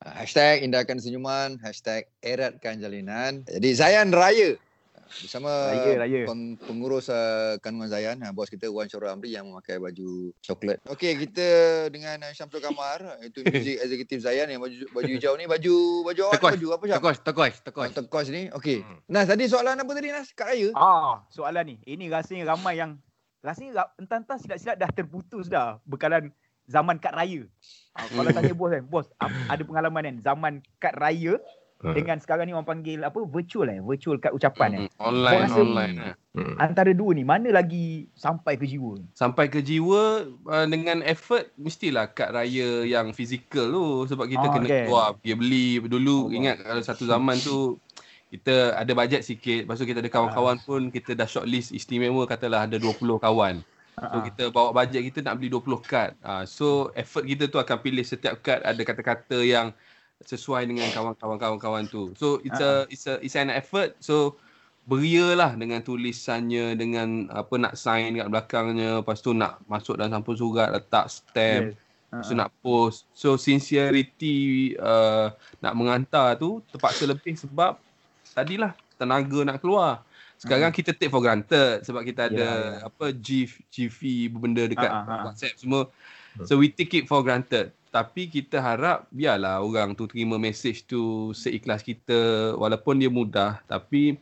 Ah, Hashtag indahkan senyuman, hashtag eratkan jalinan. Jadi Zayan Raya bersama Raya, Raya. Peng, pengurus uh, kandungan Zayan, uh, bos kita Wan Syura Amri yang memakai baju coklat. Okey, kita dengan uh, Syamsul Kamar, itu music eksekutif Zayan yang baju baju hijau ni, baju baju awak ni, Tekos. baju apa Syam? Tekos, tekos, tekos. Tekos. Tekos ni. Okey. Hmm. Nas, tadi soalan apa tadi Nas? Kak Raya? Ah, soalan ni. Ini rasanya ramai yang rasanya ra- entah-entah silap-silap dah terputus dah bekalan zaman kad raya. Ah, kalau Hmm. tanya bos kan, bos ap- ada pengalaman kan zaman kad raya Ah. dengan sekarang ni orang panggil apa virtual eh, virtual kad ucapan eh. Hmm, Online, Orang rasa- online. Hmm. Antara dua ni mana lagi sampai ke jiwa? Sampai ke jiwa uh, dengan effort mestilah kad raya yang fizikal tu sebab kita Ah, kena kan. keluar pergi beli dulu Allah. ingat kalau satu zaman tu kita ada bajet sikit lepas tu kita ada kawan-kawan Ah. pun kita dah shortlist istimewa katalah ada 20 kawan So Ah, kita bawa bajet kita nak beli 20 kad. Ah so effort kita tu akan pilih setiap kad ada kata-kata yang sesuai dengan kawan-kawan kawan-kawan tu. So it's a it's a it's an effort. So berialah dengan tulisannya dengan apa nak sign kat belakangnya, lepas tu nak masuk dalam sampul surat, letak yes. stamp, Ah, yeah. so nak post. So sincerity uh, nak menghantar tu terpaksa lebih sebab tadilah tenaga nak keluar. Sekarang kita take for granted sebab kita ada Hmm. Ya, yeah, yeah. apa GIF, GIFI benda dekat Ah, ah, ah. WhatsApp semua. Hmm. So we take it for granted. Tapi kita harap biarlah orang tu terima message tu seikhlas kita walaupun dia mudah tapi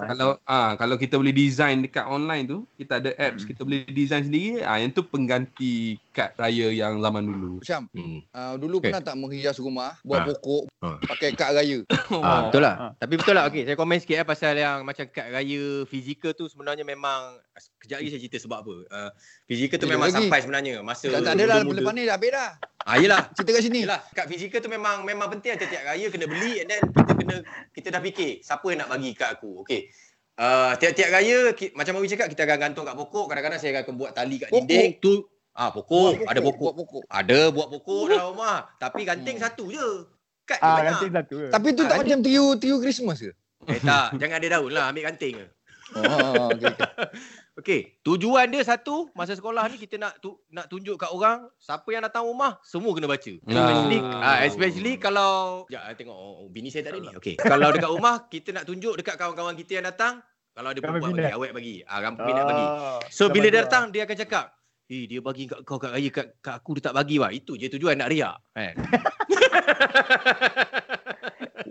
InsyaAllah. kalau ah kalau kita boleh design dekat online tu kita ada apps Hmm. kita boleh design sendiri ah yang tu pengganti kad raya yang zaman dulu. Syam, Hmm. uh, dulu Okey. pernah tak menghias rumah, buat Ah. pokok, Ah. pakai kad raya? Ah, betul lah. Ah. Tapi betul lah. Okey, saya komen sikit eh pasal yang macam kad raya fizikal tu sebenarnya memang kejap lagi saya cerita sebab apa. Uh, fizikal tu Kejap memang lagi. sampai sebenarnya masa Tak, tak ada lah, muda-muda. lepas ni dah habis dah. Ah, yelah. Cerita kat sini. Yelah, kad fizikal tu memang memang penting lah. tiap-tiap raya kena beli and then kita kena kita dah fikir siapa yang nak bagi kad aku. Okey. Uh, tiap-tiap raya ki, macam Mawi cakap kita akan gantung kat pokok, kadang-kadang saya akan buat tali kat Pokok. dinding tu. Ah Buat pokok, ada pokok. Buat pokok. Ada buat pokok dalam rumah, tapi ganting Hmm. satu je. Ah, Kad ah, banyak. ganting satu. ke? Tapi tu tak macam tiu tiu Christmas ke? Eh tak, jangan ada daun lah, ambil ganting je. Oh, okey. okey. Okey, tujuan dia satu, masa sekolah ni kita nak tu, nak tunjuk kat orang siapa yang datang rumah semua kena baca. Especially ah. especially kalau ya tengok oh, oh, bini saya tak ada ni. Okey. kalau dekat rumah kita nak tunjuk dekat kawan-kawan kita yang datang, kalau ada Ramai perempuan bagi, minat. awet bagi. Ah ramai minat bagi. Ah, So dah bila bagi dia lah. datang dia akan cakap, "Eh dia bagi kat kau kat raya kat, kat aku dia tak bagi wah." Itu je tujuan nak riak. Kan.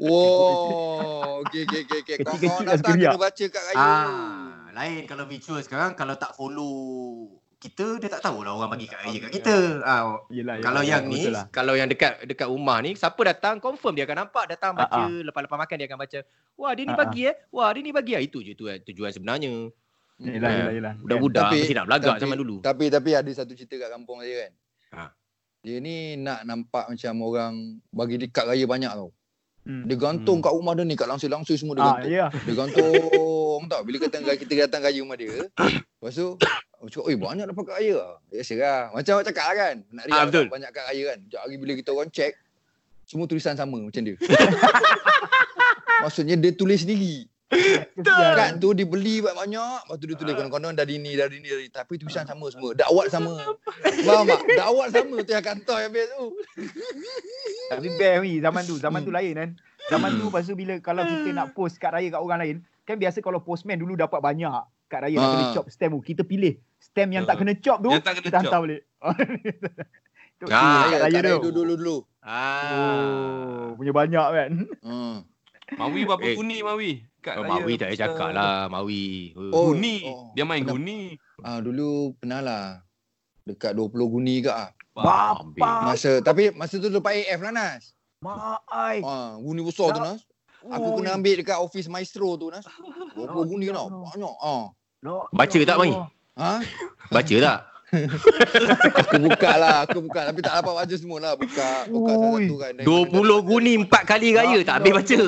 Wow. Okey okey okey okey. Kecil-kecil Kawan-kawan kat datang Suria. kena baca kat raya. Hmm. Ah, lain kalau virtual sekarang kalau tak follow kita dia tak tahulah orang bagi kat raya kat kita. Ah Yelah, yelah, Kalau yelah, yang ni, betul lah. kalau yang dekat dekat rumah ni, siapa datang confirm dia akan nampak, datang Ah, baca, lepas-lepas makan dia akan baca. Wah, dia ni Ah, ah. Hmm. bagi eh. Wah, dia ni bagi ah. Itu je tujuan, tujuan sebenarnya. hmm. Yelah, yelah, yelah. Budak-budak Tapi- mesti nak belagak tapi- zaman dulu. Tapi tapi ada satu cerita kat kampung saya kan. Ha. Dia ni nak nampak macam orang bagi dia kad raya banyak tau. Hmm. Dia gantung Hmm. kat rumah dia ni, kat langsir-langsir semua dia Ah, gantung. ya. Dia gantung tau. Bila kita datang, kita datang raya rumah dia. Lepas tu, aku cakap, oi banyak dapat kat raya. ah." Biasa lah. Macam awak cakap lah kan. Nak riak Ah, betul. dapat banyak kat raya kan. Sekejap hari bila kita orang check, semua tulisan sama macam dia. Maksudnya dia tulis sendiri. Ya. Kad tu dibeli banyak-banyak, lepas tu dia tulis konon-konon dari ni, dari ni, dari ni. Tapi tulisan sama semua. Dakwat sama. Faham tak? Dakwat sama tu yang kantor yang habis tu. Tapi best ni zaman tu, zaman tu Hmm. lain kan. Zaman tu lepas tu bila kalau kita nak post kad raya kat orang lain, kan biasa kalau postman dulu dapat banyak kad raya nak kena Ah. chop stamp tu. Kita pilih stamp yang tak Ah. kena chop tu, Yang tak kena kita hantar chop. balik. tu Ah, ah, Raya, kad raya kad raya tu. dulu-dulu. Ah. Oh, punya banyak kan. Hmm. Mawi berapa Eh. guni Mawi? Kat Oh, raya Mawi tak payah pasal- cakap lah, Mawi. Oh, Oh. Guni. oh. Dia main Kenapa? guni. Ah dulu pernah lah. Dekat 20 guni ke ah. Bapa, Masa tapi masa tu lepas AF lah Nas. mak ai. Ah guni besar tu Nas. Aku kena ambil dekat office maestro tu Nas. 20 guni tau. Banyak ah. Baca tak, Mai? Ha? Baca lah. tak? Aku buka lah, aku buka tapi tak dapat baca semua lah. Buka, buka Ui. satu kan. 20 guni 4 kali raya tak habis baca.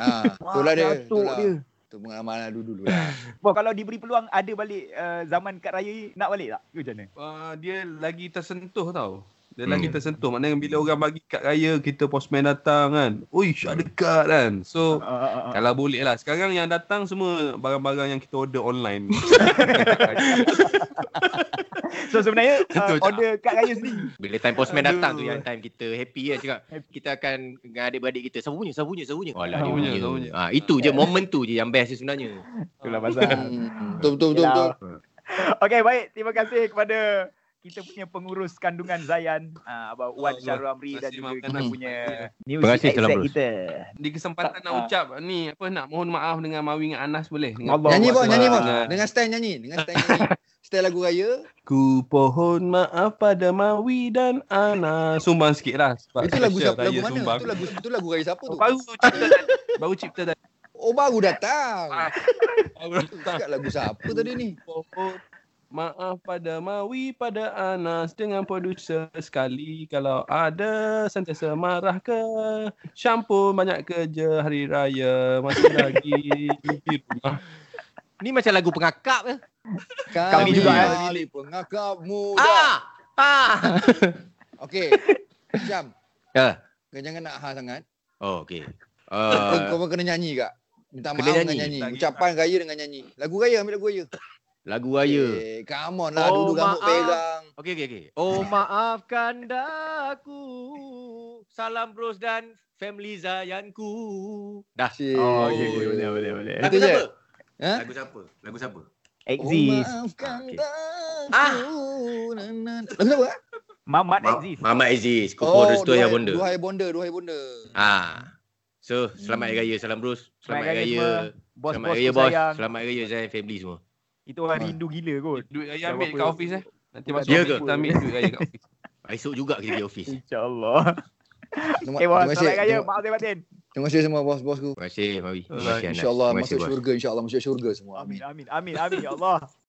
Ha, itulah dia. Itulah. dia. Tu pengalaman lah dulu-dulu lah. Bo, kalau diberi peluang ada balik uh, zaman kad raya ni, nak balik tak? Ke macam mana? Uh, dia lagi tersentuh tau. Dia Hmm. lagi tersentuh. Maknanya bila orang bagi kad raya, kita postman datang kan. Uish, ada kad kan. So, Ah, ah, ah. kalau boleh lah. Sekarang yang datang semua barang-barang yang kita order online. So sebenarnya uh, Betul tak? order kat raya sendiri. Bila time postman datang tu Aduh. yang time kita happy lah cakap kita akan dengan adik-beradik kita sabunya sabunya sabunya. Alah dia Sabunya, punya. sabunya. Ah itu je moment tu je yang best je sebenarnya. Itulah pasal. Hmm. Betul betul betul. betul. Yelah. Okey baik, terima kasih kepada kita punya pengurus kandungan Zayan, uh, Abang Wan Oh, Syarul Amri dan terima juga kasih, kita Abang. punya Terima kasih, music Tuan exec Bruce. kita. Di kesempatan Tak, nak ah. ucap ni apa nak mohon maaf dengan Mawi dengan Anas boleh. Dengan Allah Nyanyi Abang bos, nyanyi bos. Dengan- Dengan style nyanyi, dengan style nyanyi. Style lagu raya. Ku pohon maaf pada Mawi dan Anas. Sumbang sikit lah. Sebab Itu lagu special siapa? Lagu raya mana? sumbang. Itu lagu itu lagu raya siapa tu? Baru cipta tadi. Baru cipta tadi. Oh baru datang. Baru datang. Cakap lagu siapa tadi ni? Pohon Maaf pada Mawi, pada Anas Dengan produser sekali Kalau ada sentiasa marah ke Syampun banyak kerja hari raya Masih lagi di rumah Ni macam lagu eh. pengakap ke? Kami, juga, eh. ahli pengakap muda. Ah. Ah. Okey. Syam. Ya. Kau jangan nak ha sangat. Oh okey. Kau, Uh, kau kena nyanyi kak. Minta maaf dengan Kena nyanyi. nyanyi. Tak, Ucapan raya dengan nyanyi. Lagu raya ambil lagu raya. lagu raya. Eh, come on lah. Oh, Dulu rambut maaf. perang. Okey okey okey. Oh maafkan daku. Salam bros dan family Zayanku. Dah. Cik. Oh, okey, okey, okey, boleh, boleh, boleh, boleh. Lagu Itu je. siapa? Ha? Lagu siapa? Lagu siapa? Exist. Oh, maafkan Okey. ah. Lagu apa? kak? Mamat Ma- Exist. Mamat Aziz, Kupo oh, Restu Ayah Duhai- Bonda. Duhai bonda, duhai bonda. Ah. So, selamat Hari Raya, salam bros. Selamat Hari Raya. Selamat Bos-bos Hari Raya, ku bos. sayang. Selamat Hari Raya, Zayan family semua. Itu orang rindu gila kot. Duit raya Dah ambil berapa- kat office eh Nanti masuk Ya office, ke? kita ambil duit raya kat office Esok juga kita pergi office. InsyaAllah. Terima, Eh, bos. terima kasih. Selamat Raya. Terima, Maaf saya batin. terima kasih semua bos-bosku. Terima kasih, Mawi. Terima Alright, kasih, Anas. InsyaAllah Terima kasih, masuk bos. syurga. InsyaAllah masuk syurga semua. Amin, Amin. amin, amin, amin. Ya Allah.